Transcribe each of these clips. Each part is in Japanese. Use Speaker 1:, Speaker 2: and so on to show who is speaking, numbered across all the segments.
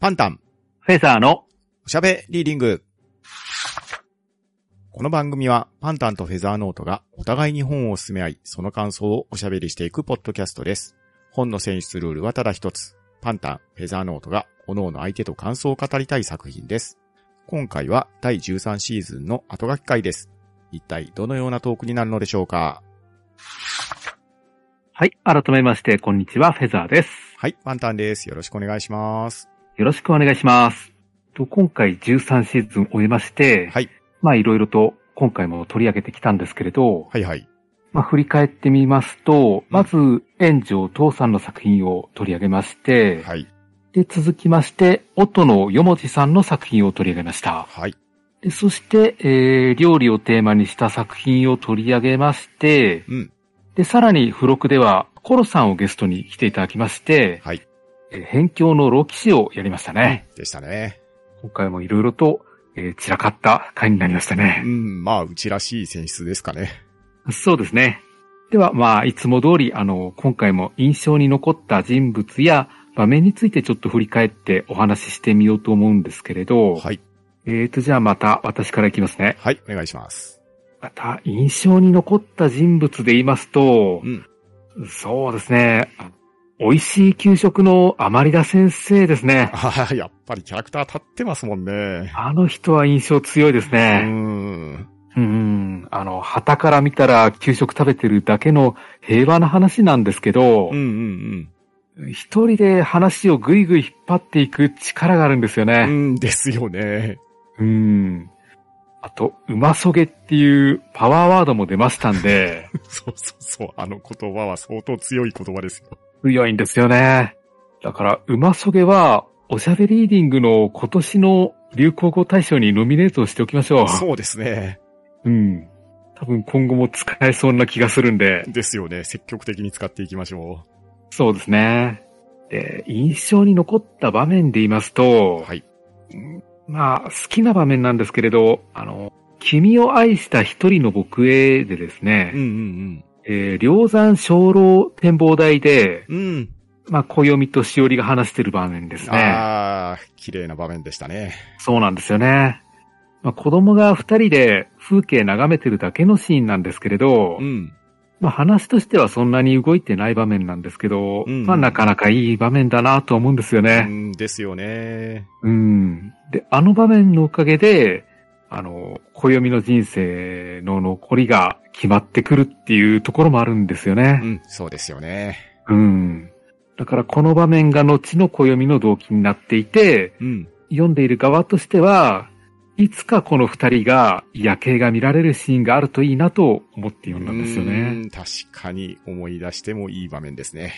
Speaker 1: パンタン、
Speaker 2: フェザーの、
Speaker 1: おしゃべリーディング。この番組は、パンタンとフェザーノートがお互いに本を進め合い、その感想をおしゃべりしていくポッドキャストです。本の選出ルールはただ一つ。パンタン、フェザーノートが、各々相手と感想を語りたい作品です。今回は第13シーズンの後書き会です。一体どのようなトークになるのでしょうか
Speaker 2: はい、改めまして、こんにちは、フェザーです。
Speaker 1: はい、パンタンです。よろしくお願いします。
Speaker 2: よろしくお願いします。と今回13シーズン終えまして、
Speaker 1: はい、
Speaker 2: まあいろいろと今回も取り上げてきたんですけれど、
Speaker 1: はいはい。
Speaker 2: まあ振り返ってみますと、まず、炎上父さんの作品を取り上げまして、
Speaker 1: はい、
Speaker 2: で、続きまして、音のよもじさんの作品を取り上げました。
Speaker 1: はい、
Speaker 2: でそして、えー料理をテーマにした作品を取り上げまして、
Speaker 1: うん、
Speaker 2: で、さらに付録では、コロさんをゲストに来ていただきまして、
Speaker 1: はい、
Speaker 2: えー辺境の老騎士をやりましたね。
Speaker 1: でしたね。
Speaker 2: 今回もいろいろと、えー散らかった回になりました
Speaker 1: う
Speaker 2: ね。
Speaker 1: ん、まあ、うちらしい選出ですかね。
Speaker 2: そうですね。では、まあ、いつも通り、あの、今回も印象に残った人物や場面についてちょっと振り返ってお話ししてみようと思うんですけれど、
Speaker 1: はい、
Speaker 2: えーと、じゃあまた私からいきますね。
Speaker 1: はい、お願いします。
Speaker 2: また、印象に残った人物で言いますと
Speaker 1: う、ん、
Speaker 2: そうですね。あ美味しい給食のアマリダ先生ですね。
Speaker 1: ああ、やっぱりキャラクター立ってますもんね。
Speaker 2: あの人は印象強いです
Speaker 1: うー
Speaker 2: ね。
Speaker 1: ん。
Speaker 2: うん。あの、旗から見たら給食食べてるだけの平和な話なんですけど
Speaker 1: うんう、ん
Speaker 2: 一人で話をぐいぐい引っ張っていく力があるんですよ
Speaker 1: うん。う
Speaker 2: ね。
Speaker 1: んですよね。
Speaker 2: うん。あと、うまそげっていうパワーワードも出ましたんで、
Speaker 1: そうそうそう。あの言葉は相当強い言葉ですよ。
Speaker 2: 強いんですよね。だから、うまそげは、おしゃべりーディングの今年の流行語大賞にノミネートしておきましょう。
Speaker 1: そうですね。
Speaker 2: うん。多分今後も使えそうな気がするんで。
Speaker 1: ですよね。積極的に使っていきましょ
Speaker 2: そうですね。で、印象に残った場面で言います
Speaker 1: う。
Speaker 2: と、
Speaker 1: はい。
Speaker 2: うんまあ、好きな場面なんですけれど、あの、君を愛した一人の僕へでですね、
Speaker 1: うんうん
Speaker 2: えー、梁山鐘楼展望台で、
Speaker 1: うん。うん。
Speaker 2: まあ、暦としおりが話してる場面ですね。
Speaker 1: ああ、綺麗な場面でしたね。
Speaker 2: そうなんですよね。まあ、子供が二人で風景眺めてるだけのシーンなんですけれど、
Speaker 1: うん。
Speaker 2: まあ、話としてはそんなに動いてない場面なんですけど、
Speaker 1: うん
Speaker 2: まあ、なかなかいい場面だなと思うんですよ
Speaker 1: う
Speaker 2: ね。
Speaker 1: んですよね。
Speaker 2: うん。で、あの場面のおかげで、あの、暦の人生の残りが決まってくるっていうところもあるんですよ
Speaker 1: う
Speaker 2: ね。
Speaker 1: ん、そうですよね。
Speaker 2: うん。だからこの場面が後の暦の動機になっていて、
Speaker 1: うん。
Speaker 2: 読んでいる側としては、いつかこの二人が夜景が見られるシーンがあるといいなと思って読んだんですよね。
Speaker 1: うん。確かに思い出してもいい場面ですね。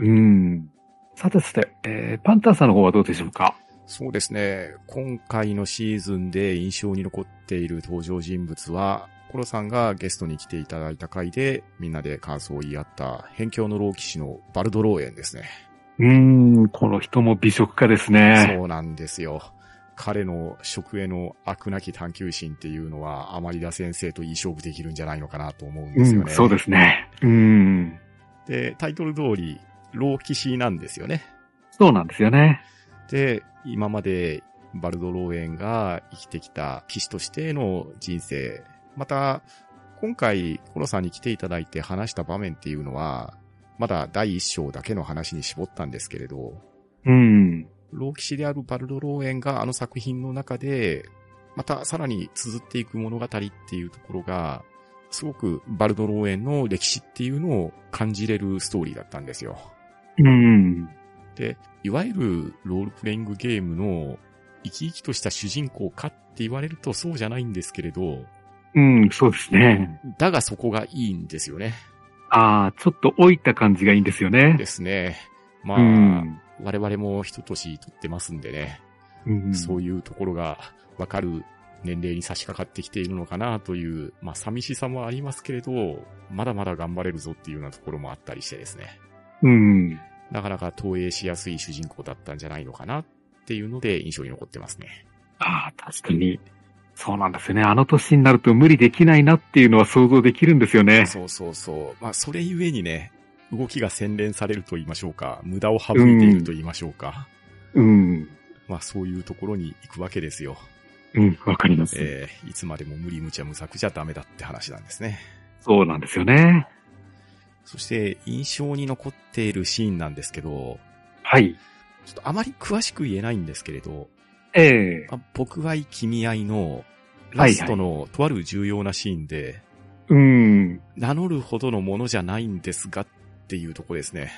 Speaker 2: うん。さてさて、えーパンタンさんの方はどうでしょうか
Speaker 1: そうですね。今回のシーズンで印象に残っている登場人物は、コロさんがゲストに来ていただいた回で、みんなで感想を言い合った、辺境の老騎士のバルドローエンですね。
Speaker 2: うーん、この人も美食家ですね。
Speaker 1: そうなんですよ。彼の食への悪なき探求心っていうのは、アマリダ先生といい勝負できるんじゃないのかなと思うんですよ
Speaker 2: ん、
Speaker 1: ね。
Speaker 2: そうですね。うん。
Speaker 1: で、タイトル通り、老騎士なんですよね。
Speaker 2: そうなんですよね。
Speaker 1: で、今までバルドローエンが生きてきた騎士としての人生、また、今回コロさんに来ていただいて話した場面っていうのは、まだ第一章だけの話に絞ったんですけれど、
Speaker 2: うん。
Speaker 1: 老騎士であるバルドローエンがあの作品の中で、またさらに綴っていく物語っていうところが、すごくバルドローエンの歴史っていうのを感じれるストーリーだったんですよ。
Speaker 2: うん。
Speaker 1: で、いわゆるロールプレイングゲームの生き生きとした主人公かって言われるとそうじゃないんですけれど、
Speaker 2: うん、そうですね。
Speaker 1: だがそこがいいんですよね。
Speaker 2: ああ、ちょっと老いた感じがいいんですよね。
Speaker 1: ですね。まあ、
Speaker 2: うん。
Speaker 1: 我々も一年取ってますんでね、
Speaker 2: うん
Speaker 1: そういうところがわかる年齢に差し掛かってきているのかなという、まあ寂しさもありますけれど、まだまだ頑張れるぞっていうようなところもあったりしてですね。
Speaker 2: うん。
Speaker 1: なかなか投影しやすい主人公だったんじゃないのかなっていうので印象に残ってますね。
Speaker 2: ああ、確かに。そうなんですよね。あの年になると無理できないなっていうのは想像できるんですよね。
Speaker 1: そうそうそう。まあ、それゆえにね、動きが洗練されると言いましょうか、無駄を省いていると言いましょうか、
Speaker 2: うん。
Speaker 1: まあそういうところに行くわけですよ。
Speaker 2: うん、わかります。
Speaker 1: えーいつまでも無理無茶無策じゃダメだって話なんですね。
Speaker 2: そうなんですよね。
Speaker 1: そして印象に残っているシーンなんですけど、
Speaker 2: はい。
Speaker 1: ちょっとあまり詳しく言えないんですけれど、
Speaker 2: ええ
Speaker 1: まあ僕愛君愛のラストのとある重要なシーンで、
Speaker 2: うん。
Speaker 1: 名乗るほどのものじゃないんですがっていうとこですね。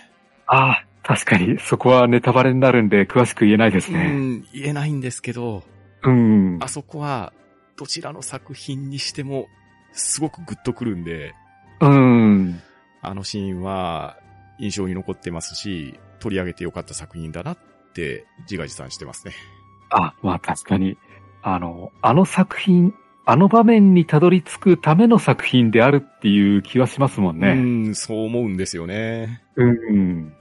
Speaker 2: ああ、確かに、そこはネタバレになるんで、詳しく言えないです
Speaker 1: う
Speaker 2: ね。
Speaker 1: ん、言えないんですけど、
Speaker 2: うん。
Speaker 1: あそこはどちらの作品にしてもすごくグッとくるんで、
Speaker 2: うん。
Speaker 1: あのシーンは印象に残ってますし、取り上げてよかった作品だなって自画自賛してますね。
Speaker 2: あ、まあ確かに。あの、あの作品、あの場面にたどり着くための作品であるっていう気はしますもん
Speaker 1: う
Speaker 2: ね。
Speaker 1: ん、そう思うんですよね。
Speaker 2: うん。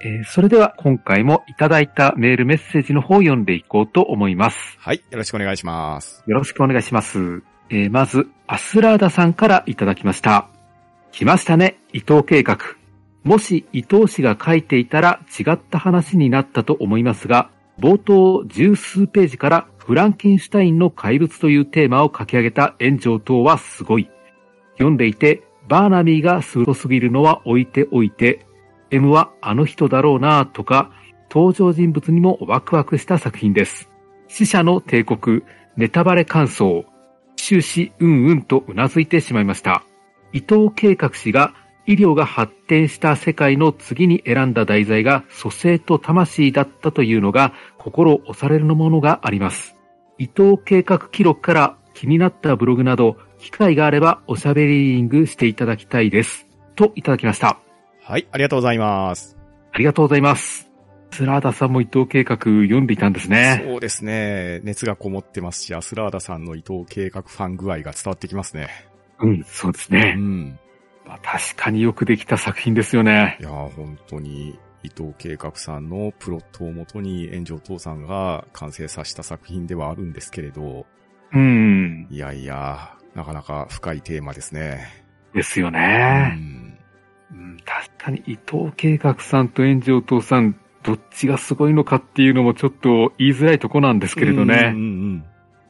Speaker 2: えーそれでは今回もいただいたメールメッセージの方を読んでいこうと思います。
Speaker 1: はい、よろしくお願いします。
Speaker 2: よろしくお願いします。えーまず、アスラーダさんからいただきました。来ましたね、伊藤計画。もし伊藤氏が書いていたら違った話になったと思いますが、冒頭十数ページからフランケンシュタインの怪物というテーマを書き上げた炎上等はすごい。読んでいて、バーナビーが凄すぎるのは置いておいて、M はあの人だろうなぁとか、登場人物にもワクワクした作品です。死者の帝国、ネタバレ感想、終始うんうんとうなずいてしまいました。伊藤計画氏が医療が発展した世界の次に選んだ題材が蘇生と魂だったというのが心を押されるものがあります。伊藤計画記録から気になったブログなど、機会があればおしゃべりングしていただきたいです。といただきました。
Speaker 1: はい、ありがとうございます。
Speaker 2: ありがとうございます。スラーダさんも伊藤計画読んでいたんですね。
Speaker 1: そうですね。熱がこもってますし、アスラーダさんの伊藤計画ファン具合が伝わってきますね。
Speaker 2: うん、そうです
Speaker 1: う
Speaker 2: ね。
Speaker 1: ん。
Speaker 2: まあ、確かによくできた作品ですよね。
Speaker 1: いやー本当に伊藤計画さんのプロットをもとに炎上父さんが完成させた作品ではあるんですけれど、
Speaker 2: うん。
Speaker 1: いやいや、なかなか深いテーマですね。
Speaker 2: ですよ
Speaker 1: う
Speaker 2: ね。
Speaker 1: ん、
Speaker 2: うん、確かに伊藤計画さんと炎上父さん、どっちがすごいのかっていうのもちょっと言いづらいとこなんですけれど
Speaker 1: うんうん
Speaker 2: ね。
Speaker 1: うん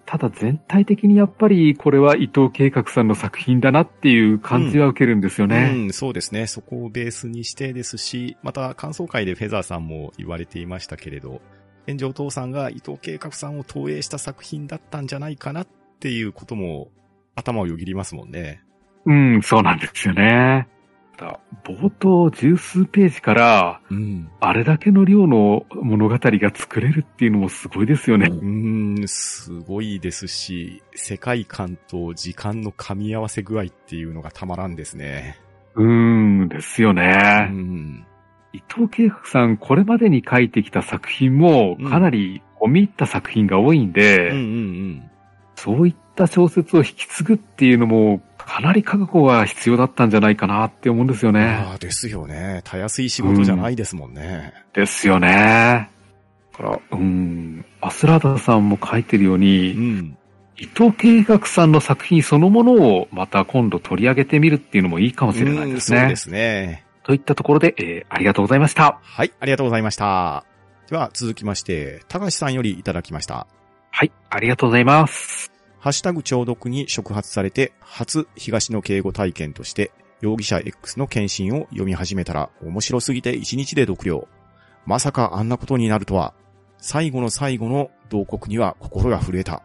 Speaker 2: ただ全体的にやっぱりこれは伊藤計画さんの作品だなっていう感じは受けるんですよね。
Speaker 1: うん、そうですね。そこをベースにしてですし、また感想会でフェザーさんも言われていましたけれど、炎上父さんが伊藤計画さんを投影した作品だったんじゃないかなっていうことも頭をよぎりますもんね。
Speaker 2: うん、そうなんですよね。ただ冒頭十数ページから、
Speaker 1: うん。
Speaker 2: あれだけの量の物語が作れるっていうのもすごいですよね。
Speaker 1: うーん、すごいですし、世界観と時間の噛み合わせ具合っていうのがたまらんですね。
Speaker 2: うん、ですよ
Speaker 1: う
Speaker 2: ね。
Speaker 1: ん。
Speaker 2: 伊藤計画さん、これまでに書いてきた作品も、
Speaker 1: うん
Speaker 2: かなり込み入った作品が多いんで、
Speaker 1: うんうんうん。
Speaker 2: そういった小説を引き継ぐっていうのも、かなり覚悟が必要だったんじゃないかなって思うんですよね。
Speaker 1: ああ、ですよね。たやすい仕事じゃないですもんね。
Speaker 2: ですよね。だから、うん、アスラーダさんも書いてるよう
Speaker 1: う
Speaker 2: に、
Speaker 1: ん。
Speaker 2: 伊藤計画さんの作品そのものをまた今度取り上げてみるっていうのもいいかもしれない
Speaker 1: うん
Speaker 2: です
Speaker 1: そう
Speaker 2: ね
Speaker 1: で。すね。
Speaker 2: といったところで、えーありがとうございました。
Speaker 1: はい、ありがとうございました。では、続きまして、たかしさんよりいただきました。
Speaker 2: はい、ありがとうございます。
Speaker 1: ハッシュタグ聴読に触発されて、初東の敬語体験として、容疑者 X の検診を読み始めたら面白すぎて1日で読了。まさかあんなことになるとは、最後の最後の同国には心が震えた。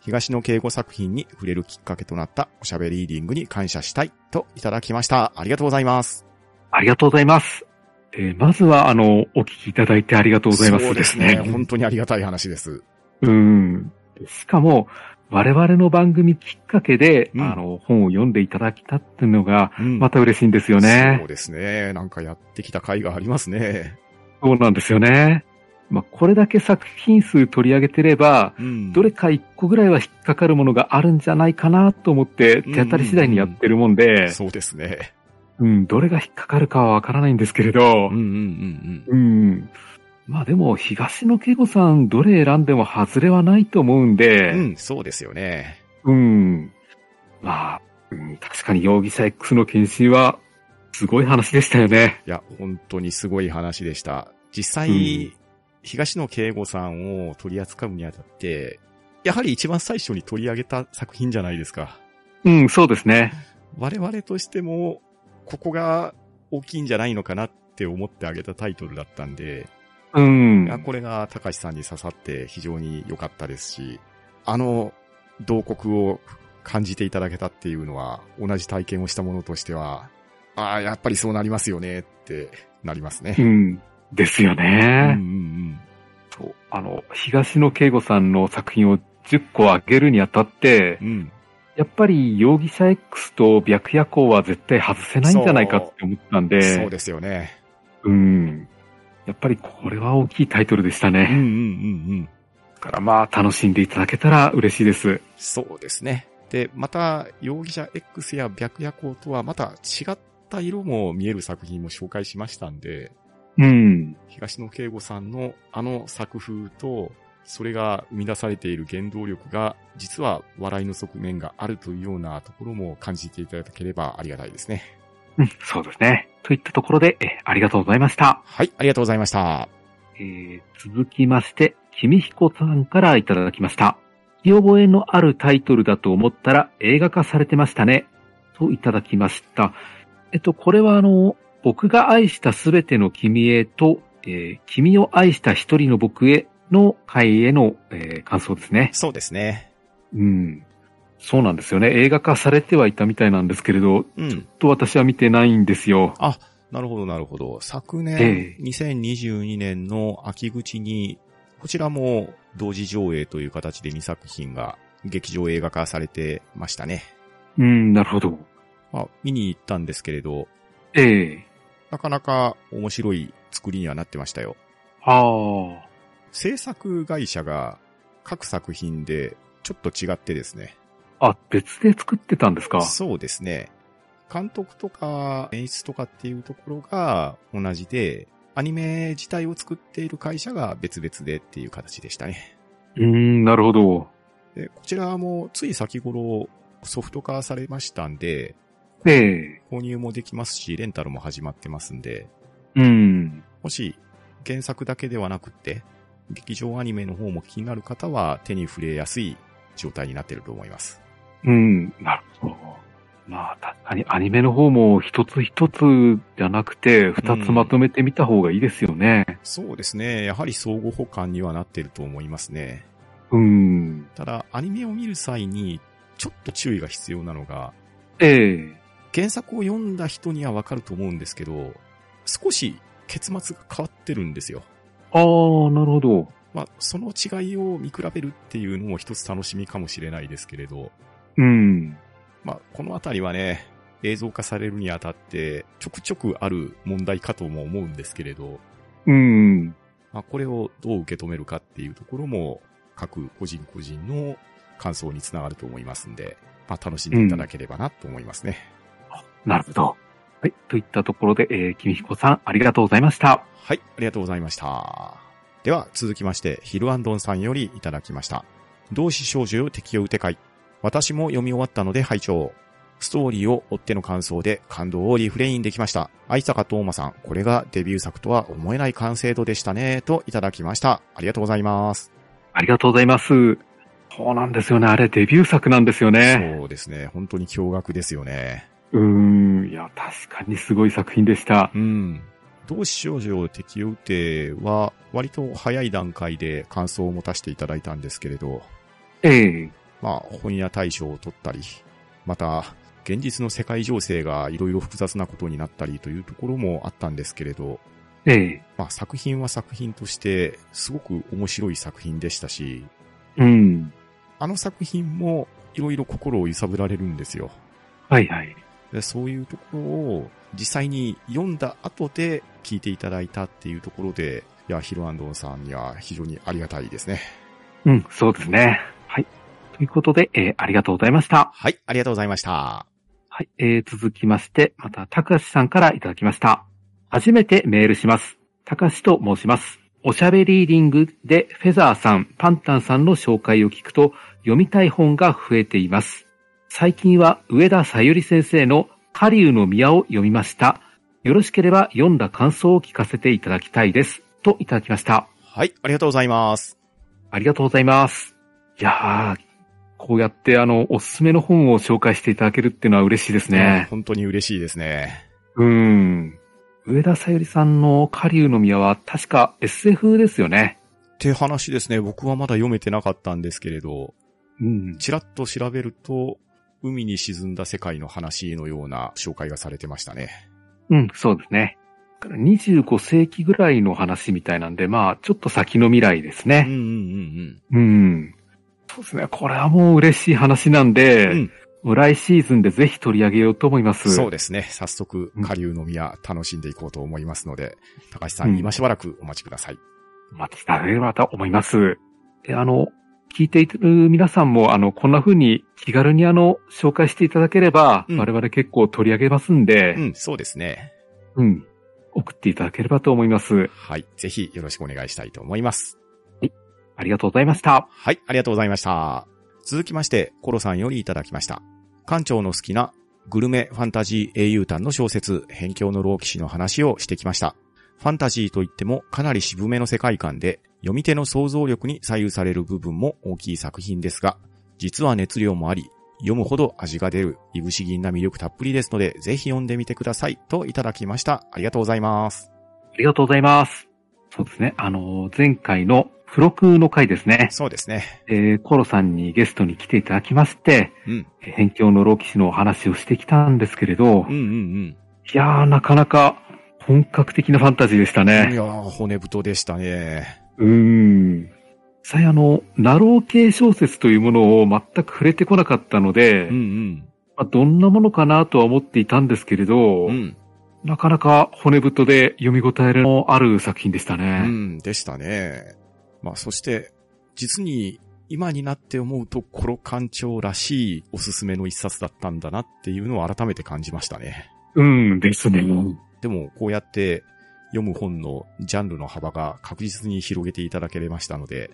Speaker 1: 東の敬語作品に触れるきっかけとなったおしゃべりリーディングに感謝したいといただきました。ありがとうございます。
Speaker 2: ありがとうございます。えーまずは、あの、お聞きいただいてありがとうございます。
Speaker 1: そうですね。本当にありがたい話です。
Speaker 2: うん。しかも、我々の番組きっかけで、
Speaker 1: うん
Speaker 2: あの、本を読んでいただきたっていうのが、
Speaker 1: うん
Speaker 2: また嬉しいんですよ
Speaker 1: そう
Speaker 2: ね。
Speaker 1: ですね。なんかやってきた回がありますね。
Speaker 2: そうなんですよね。まあ、これだけ作品数取り上げてれば、
Speaker 1: うん
Speaker 2: どれか一個ぐらいは引っかかるものがあるんじゃないかなと思って、手当たり次第にやってるもんで、
Speaker 1: そうですね。
Speaker 2: うん、どれが引っかかるかはわからないんですけれど、
Speaker 1: うんうんうん
Speaker 2: うん。まあでも、東野圭吾さん、どれ選んでも外れはないと思うん
Speaker 1: う
Speaker 2: で、
Speaker 1: ん。うん、そうですよね。
Speaker 2: うん。まあ、うん確かに容疑者 X の検診は、すごい話でしたよね。
Speaker 1: いや、本当にすごい話でした。実際、
Speaker 2: うん
Speaker 1: 東野圭吾さんを取り扱うにあたって、やはり一番最初に取り上げた作品じゃないですか。
Speaker 2: うん、そうですね。
Speaker 1: 我々としても、ここが大きいんじゃないのかなって思ってあげたタイトルだったんで、
Speaker 2: うん。
Speaker 1: いやこれが高橋さんに刺さって非常に良かったですし、あの、洞国を感じていただけたっていうのは、同じ体験をしたものとしては、ああ、やっぱりそうなりますよねってなります
Speaker 2: う
Speaker 1: ね。
Speaker 2: ん。ですよ
Speaker 1: うんうん
Speaker 2: ね。
Speaker 1: うん。
Speaker 2: そうあの、東野圭吾さんの作品を10個上げるにあたって、
Speaker 1: うん。
Speaker 2: やっぱり容疑者 X と白夜行は絶対外せないんじゃないかって思ったんで、
Speaker 1: そうですよね。
Speaker 2: うん。やっぱりこれは大きいタイトルでした
Speaker 1: うんうん
Speaker 2: ね。
Speaker 1: うんうん。
Speaker 2: だからまあ楽しんでいただけたら嬉しいです。
Speaker 1: そうですね。で、また、容疑者 X や白夜行とはまた違った色も見える作品も紹介しましたんで、
Speaker 2: うん。
Speaker 1: 東野圭吾さんのあの作風と、それが生み出されている原動力が、実は笑いの側面があるというようなところも感じていただければありがたいですね。
Speaker 2: うん、そうですね。といったところで、えありがとうございました。
Speaker 1: はい、ありがとうございました。
Speaker 2: えー続きまして、君彦さんからいただきました。見覚えのあるタイトルだと思ったら映画化されてましたね。といただきました。えっと、これはあの、僕が愛したすべての君へと、えー君を愛した一人の僕への回への、えー感想ですね。
Speaker 1: そうですね。
Speaker 2: うん。そうなんですよね。映画化されてはいたみたいなんですけれど、
Speaker 1: うん。
Speaker 2: と私は見てないんですよ。
Speaker 1: なるほど、なるほど。昨
Speaker 2: え
Speaker 1: 年、2022年の秋口に、こちらも同時上映という形で2作品が劇場映画化されてましたね。
Speaker 2: うん、なるほど。
Speaker 1: まあ、見に行ったんですけれど、
Speaker 2: ええ
Speaker 1: なかなか面白い作りにはなってましたよ。
Speaker 2: ああ。
Speaker 1: 制作会社が各作品でちょっと違ってですね。
Speaker 2: あ、別で作ってたんですか
Speaker 1: そうですね。監督とか演出とかっていうところが同じで、アニメ自体を作っている会社が別々でっていう形でしたね。
Speaker 2: うーん、なるほど。
Speaker 1: でこちらもつい先頃ソフト化されましたんで、
Speaker 2: ええ
Speaker 1: 購入もできますし、レンタルも始まってますんで、
Speaker 2: うん。
Speaker 1: もし原作だけではなくって、劇場アニメの方も気になる方は手に触れやすい状態になってると思います。
Speaker 2: うん、なるほど。まあ、確かにアニメの方も一つ一つじゃなくて、二つまとめてみた方がいいですよね。
Speaker 1: そうですね。やはり相互補完にはなってると思いますね。
Speaker 2: うん。
Speaker 1: ただ、アニメを見る際に、ちょっと注意が必要なのが、
Speaker 2: ええ
Speaker 1: 原作を読んだ人にはわかると思うんですけど、少し結末が変わってるんですよ。
Speaker 2: ああ、なるほど。
Speaker 1: まあ、その違いを見比べるっていうのも一つ楽しみかもしれないですけれど、
Speaker 2: うん。
Speaker 1: まあ、このあたりはね、映像化されるにあたって、ちょくちょくある問題かとも思うんですけれど、
Speaker 2: うん。
Speaker 1: まあ、これをどう受け止めるかっていうところも、各個人個人の感想につながると思いますんで、まあ、楽しんでいただければなと思いますね。
Speaker 2: なるほど。はい。といったところで、えー、君彦さん、ありがとうございました。
Speaker 1: はい、ありがとうございました。では、続きまして、ヒルアンドンさんよりいただきました。同志少女よ敵を打て会。私も読み終わったので拝聴。ストーリーを追っての感想で感動をリフレインできました。愛坂東馬さん、これがデビュー作とは思えない完成度でしたね、といただきました。ありがとうございます。
Speaker 2: ありがとうございます。そうなんですよね。あれ、デビュー作なんですよね。
Speaker 1: そうですね、本当に驚愕ですよね。
Speaker 2: ううん。いや、確かにすごい作品でした。
Speaker 1: うん。同志少女を敵を打ては、割と早い段階で感想を持たせていただいたんですけれど、
Speaker 2: ええ
Speaker 1: まあ、本屋大賞を取ったり、また、現実の世界情勢がいろいろ複雑なことになったりというところもあったんですけれど、
Speaker 2: ええ
Speaker 1: まあ作品は作品としてすごく面白い作品でしたし、
Speaker 2: うん。
Speaker 1: あの作品もいろいろ心を揺さぶられるんですよ。
Speaker 2: はいはい。
Speaker 1: でそういうところを実際に読んだ後で聞いていただいたっていうところで、いや、ヒロアンドンさんには非常にありがたいですね。
Speaker 2: うん、そうですね。はい。ということで、えーありがとうございました。
Speaker 1: はい、ありがとうございました。
Speaker 2: はい。えー続きまして、また、たかしさんからいただきました。初めてメールします。たかしと申します。おしゃべりーディングで、フェザーさん、パンタンさんの紹介を聞くと、読みたい本が増えています。最近は、上田さゆり先生の、カリウの宮を読みました。よろしければ、読んだ感想を聞かせていただきたいです。といただきました。
Speaker 1: はい、ありがとうございます。
Speaker 2: ありがとうございます。いやー、こうやってあの、おすすめの本を紹介していただけるっていうのは嬉しいですね。
Speaker 1: 本当に嬉しいですね。
Speaker 2: うん。上田さゆりさんの狩竜の宮は確か SF ですよね。
Speaker 1: って話ですね、僕はまだ読めてなかったんですけれど、
Speaker 2: うん。
Speaker 1: ちらっと調べると、海に沈んだ世界の話のような紹介がされてましたね。
Speaker 2: うん、そうですね。だから25世紀ぐらいの話みたいなんで、まあ、ちょっと先の未来です
Speaker 1: うんうん
Speaker 2: ね。
Speaker 1: うん
Speaker 2: うん。そうですね。これはもう嬉しい話なんで、
Speaker 1: うん
Speaker 2: 来シーズンでぜひ取り上げようと思いま
Speaker 1: うん。
Speaker 2: す。
Speaker 1: そうですね。早速、下流の宮、楽しんでいこうと思いますので、高橋さん、今しばらくお待ちください。
Speaker 2: お待ちしてあげればと思います。で、あの、聞いている皆さんも、あの、こんな風に気軽にあの、紹介していただければ、
Speaker 1: うん
Speaker 2: 我々結構取り上げますんで、
Speaker 1: うん、そうですね。
Speaker 2: うん、送っていただければと思います。
Speaker 1: はい。ぜひよろしくお願いしたいと思います。
Speaker 2: ありがとうございました。
Speaker 1: はい、ありがとうございました。続きまして、コロさんよりいただきました。館長の好きなグルメファンタジー英雄譚の小説、辺境の老騎士の話をしてきました。ファンタジーといってもかなり渋めの世界観で、読み手の想像力に左右される部分も大きい作品ですが、実は熱量もあり、読むほど味が出る、いぶし銀な魅力たっぷりですので、ぜひ読んでみてください、といただきました。ありがとうございます。
Speaker 2: ありがとうございます。そうですね。あの、前回の付録の回ですね。
Speaker 1: そうですね。
Speaker 2: えー、コロさんにゲストに来ていただきまして、
Speaker 1: うん。
Speaker 2: 辺境の老騎士のお話をしてきたんですけれど、
Speaker 1: うんうん
Speaker 2: い
Speaker 1: うん。
Speaker 2: やー、なかなか本格的なファンタジーでしたね
Speaker 1: い。やー、骨太でしたね。
Speaker 2: うーん。実際あの、ナロー系小説というものを全く触れてこなかったので、
Speaker 1: うんうん。
Speaker 2: まあ、どんなものかなとは思っていたんですけれど、
Speaker 1: うん。
Speaker 2: なかなか骨太で読み応えのある作品でした
Speaker 1: う
Speaker 2: ね。
Speaker 1: ん、でしたね。まあ、そして、実に、今になって思うと、コロ館長らしいおすすめの一冊だったんだなっていうのを改めて感じましたね。
Speaker 2: うん、ですね。
Speaker 1: でも、こうやって読む本のジャンルの幅が確実に広げていただけれましたので、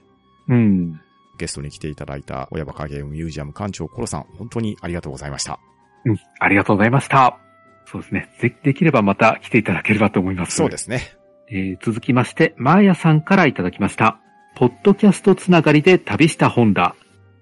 Speaker 2: うん。
Speaker 1: ゲストに来ていただいた親バカゲームミュージアム館長コロさん、本当にありがとうございました。
Speaker 2: うん。ありがとうございました。そうですね。ぜできればまた来ていただければと思います。
Speaker 1: そうですね。
Speaker 2: えー続きまして、マーヤさんからいただきました。ポッドキャストつながりで旅した本だ。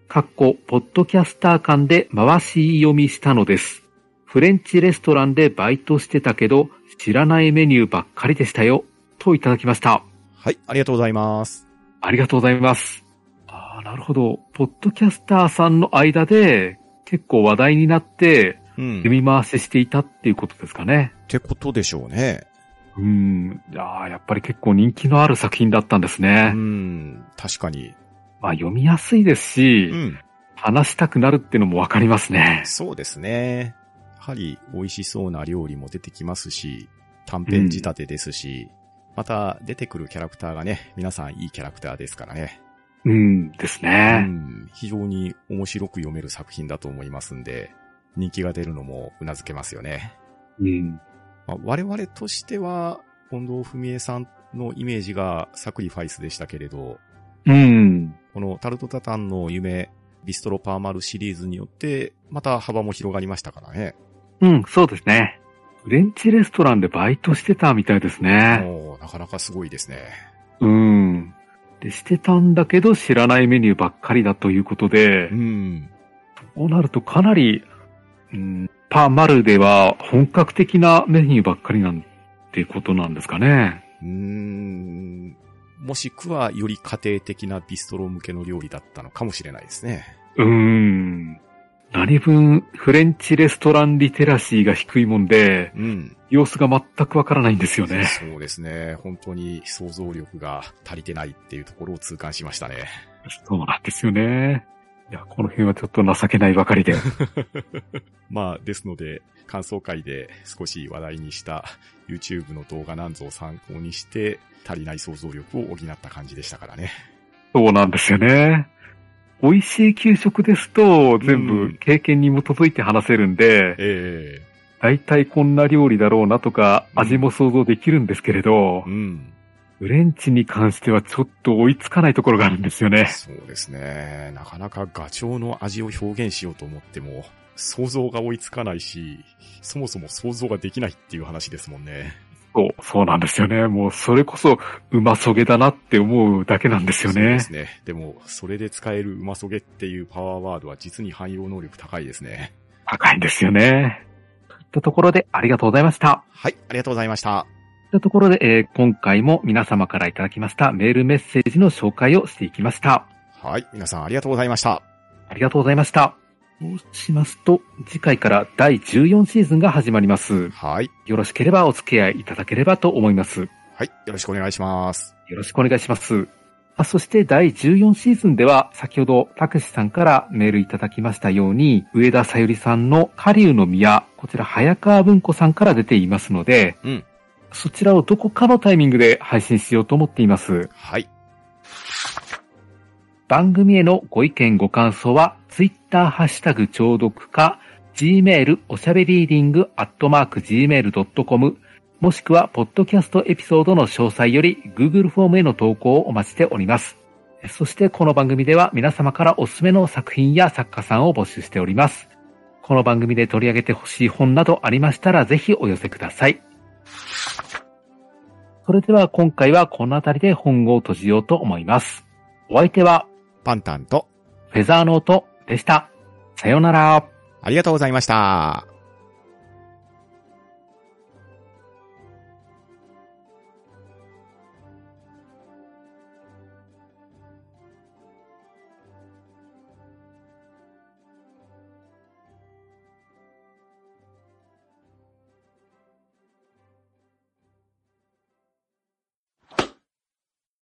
Speaker 2: かっこ、ポッドキャスター間で回し読みしたのです。フレンチレストランでバイトしてたけど、知らないメニューばっかりでしたよ。といただきました。
Speaker 1: はい、ありがとうございます。
Speaker 2: ありがとうございます。ああ、なるほど。ポッドキャスターさんの間で、結構話題になって、
Speaker 1: うん。っ
Speaker 2: 読み回ししていたっていうことですかね。
Speaker 1: てことでしょうね。
Speaker 2: うん。ああ、やっぱり結構人気のある作品だったんですね。
Speaker 1: うん、確かに。
Speaker 2: まあ読みやすいですし、
Speaker 1: うん。
Speaker 2: 話したくなるっていうのもわかりますね。
Speaker 1: そうですね。やはり美味しそうな料理も出てきますし、短編仕立てですし、また出てくるキャラクターがね、皆さんいいキャラクターですからね。
Speaker 2: うんです
Speaker 1: う
Speaker 2: ね。
Speaker 1: ん、非常に面白く読める作品だと思いますんで、人気が出るのも頷けますよね。
Speaker 2: うん。
Speaker 1: まあ我々としては、近藤文江さんのイメージがサクリファイスでしたけれど、
Speaker 2: うん。
Speaker 1: このタルトタタンの夢、ビストロパーマルシリーズによって、また幅も広がりましたからね。
Speaker 2: うん、そうですね。フレンチレストランでバイトしてたみたいですね。
Speaker 1: もう、なかなかすごいですね。
Speaker 2: うん。で、してたんだけど知らないメニューばっかりだということで
Speaker 1: う、ん。
Speaker 2: こうなるとかなり、うん、パーマルでは本格的なメニューばっかりなんていうことなんですかね。
Speaker 1: うーん。もしくは、より家庭的なビストロ向けの料理だったのかもしれないですね。
Speaker 2: うーん。何分、フレンチレストランリテラシーが低いもんで、
Speaker 1: うん。
Speaker 2: 様子が全くわからないんですよね。
Speaker 1: そうですね。本当に想像力が足りてないっていうところを痛感しましたね。
Speaker 2: そうなんですよね。いや、この辺はちょっと情けないばかりで。
Speaker 1: まあ、ですので、感想会で少し話題にした YouTube の動画なんぞを参考にして、足りない想像力を補った感じでしたからね。
Speaker 2: そうなんですよね。美味しい給食ですと、全
Speaker 1: うん
Speaker 2: 部経験に基づいて話せるんで、
Speaker 1: え
Speaker 2: だいたいこんな料理だろうなとか、
Speaker 1: うん
Speaker 2: 味も想像できるんですけれど
Speaker 1: え、うん。
Speaker 2: フレンチに関してはちょっと追いつかないところがあるんですよね。
Speaker 1: そうですね。なかなかガチョウの味を表現しようと思っても、想像が追いつかないし、そもそも想像ができないっていう話ですもんね。
Speaker 2: そう、そうなんですよね。もう、それこそ、うまそげだなって思うだけなんですよ
Speaker 1: そうで
Speaker 2: ね。
Speaker 1: すね。でも、それで使えるうまそげっていうパワーワードは実に汎用能力高いですね。
Speaker 2: 高いんですよね。といったところで、ありがとうございました。
Speaker 1: はい、ありがとうございました。
Speaker 2: といったところで、えー今回も皆様からいただきましたメールメッセージの紹介をしていきました。
Speaker 1: はい、皆さんありがとうございました。
Speaker 2: ありがとうございました。そうしますと、次回から第14シーズンが始まります。
Speaker 1: はい、
Speaker 2: よろしければお付き合いいただければと思います。よ
Speaker 1: はい、よろしくお願いします。
Speaker 2: ろしくお願いします。あそして第14シーズンでは、先ほどたけしさんからメールいただきましたように、上田さゆりさんの狩リの宮、こちら早川文庫さんから出ていますので、
Speaker 1: うん
Speaker 2: そちらをどこかのタイミングで配信しようと思っています。
Speaker 1: はい、
Speaker 2: 番組へのご意見ご感想は、ツイッターハッシュタグ聴読か、gmail おしゃべりーディングアットマーク gmail.com、もしくは、ポッドキャストエピソードの詳細より、Google フォームへの投稿をお待ちしております。そして、この番組では皆様からおすすめの作品や作家さんを募集しております。この番組で取り上げてほしい本などありましたら、ぜひお寄せください。それでは、今回はこの辺りで本を閉じようと思います。お相手は、
Speaker 1: パンタンと、
Speaker 2: フェザーノートでした。さようなら。
Speaker 1: ありがとうございました。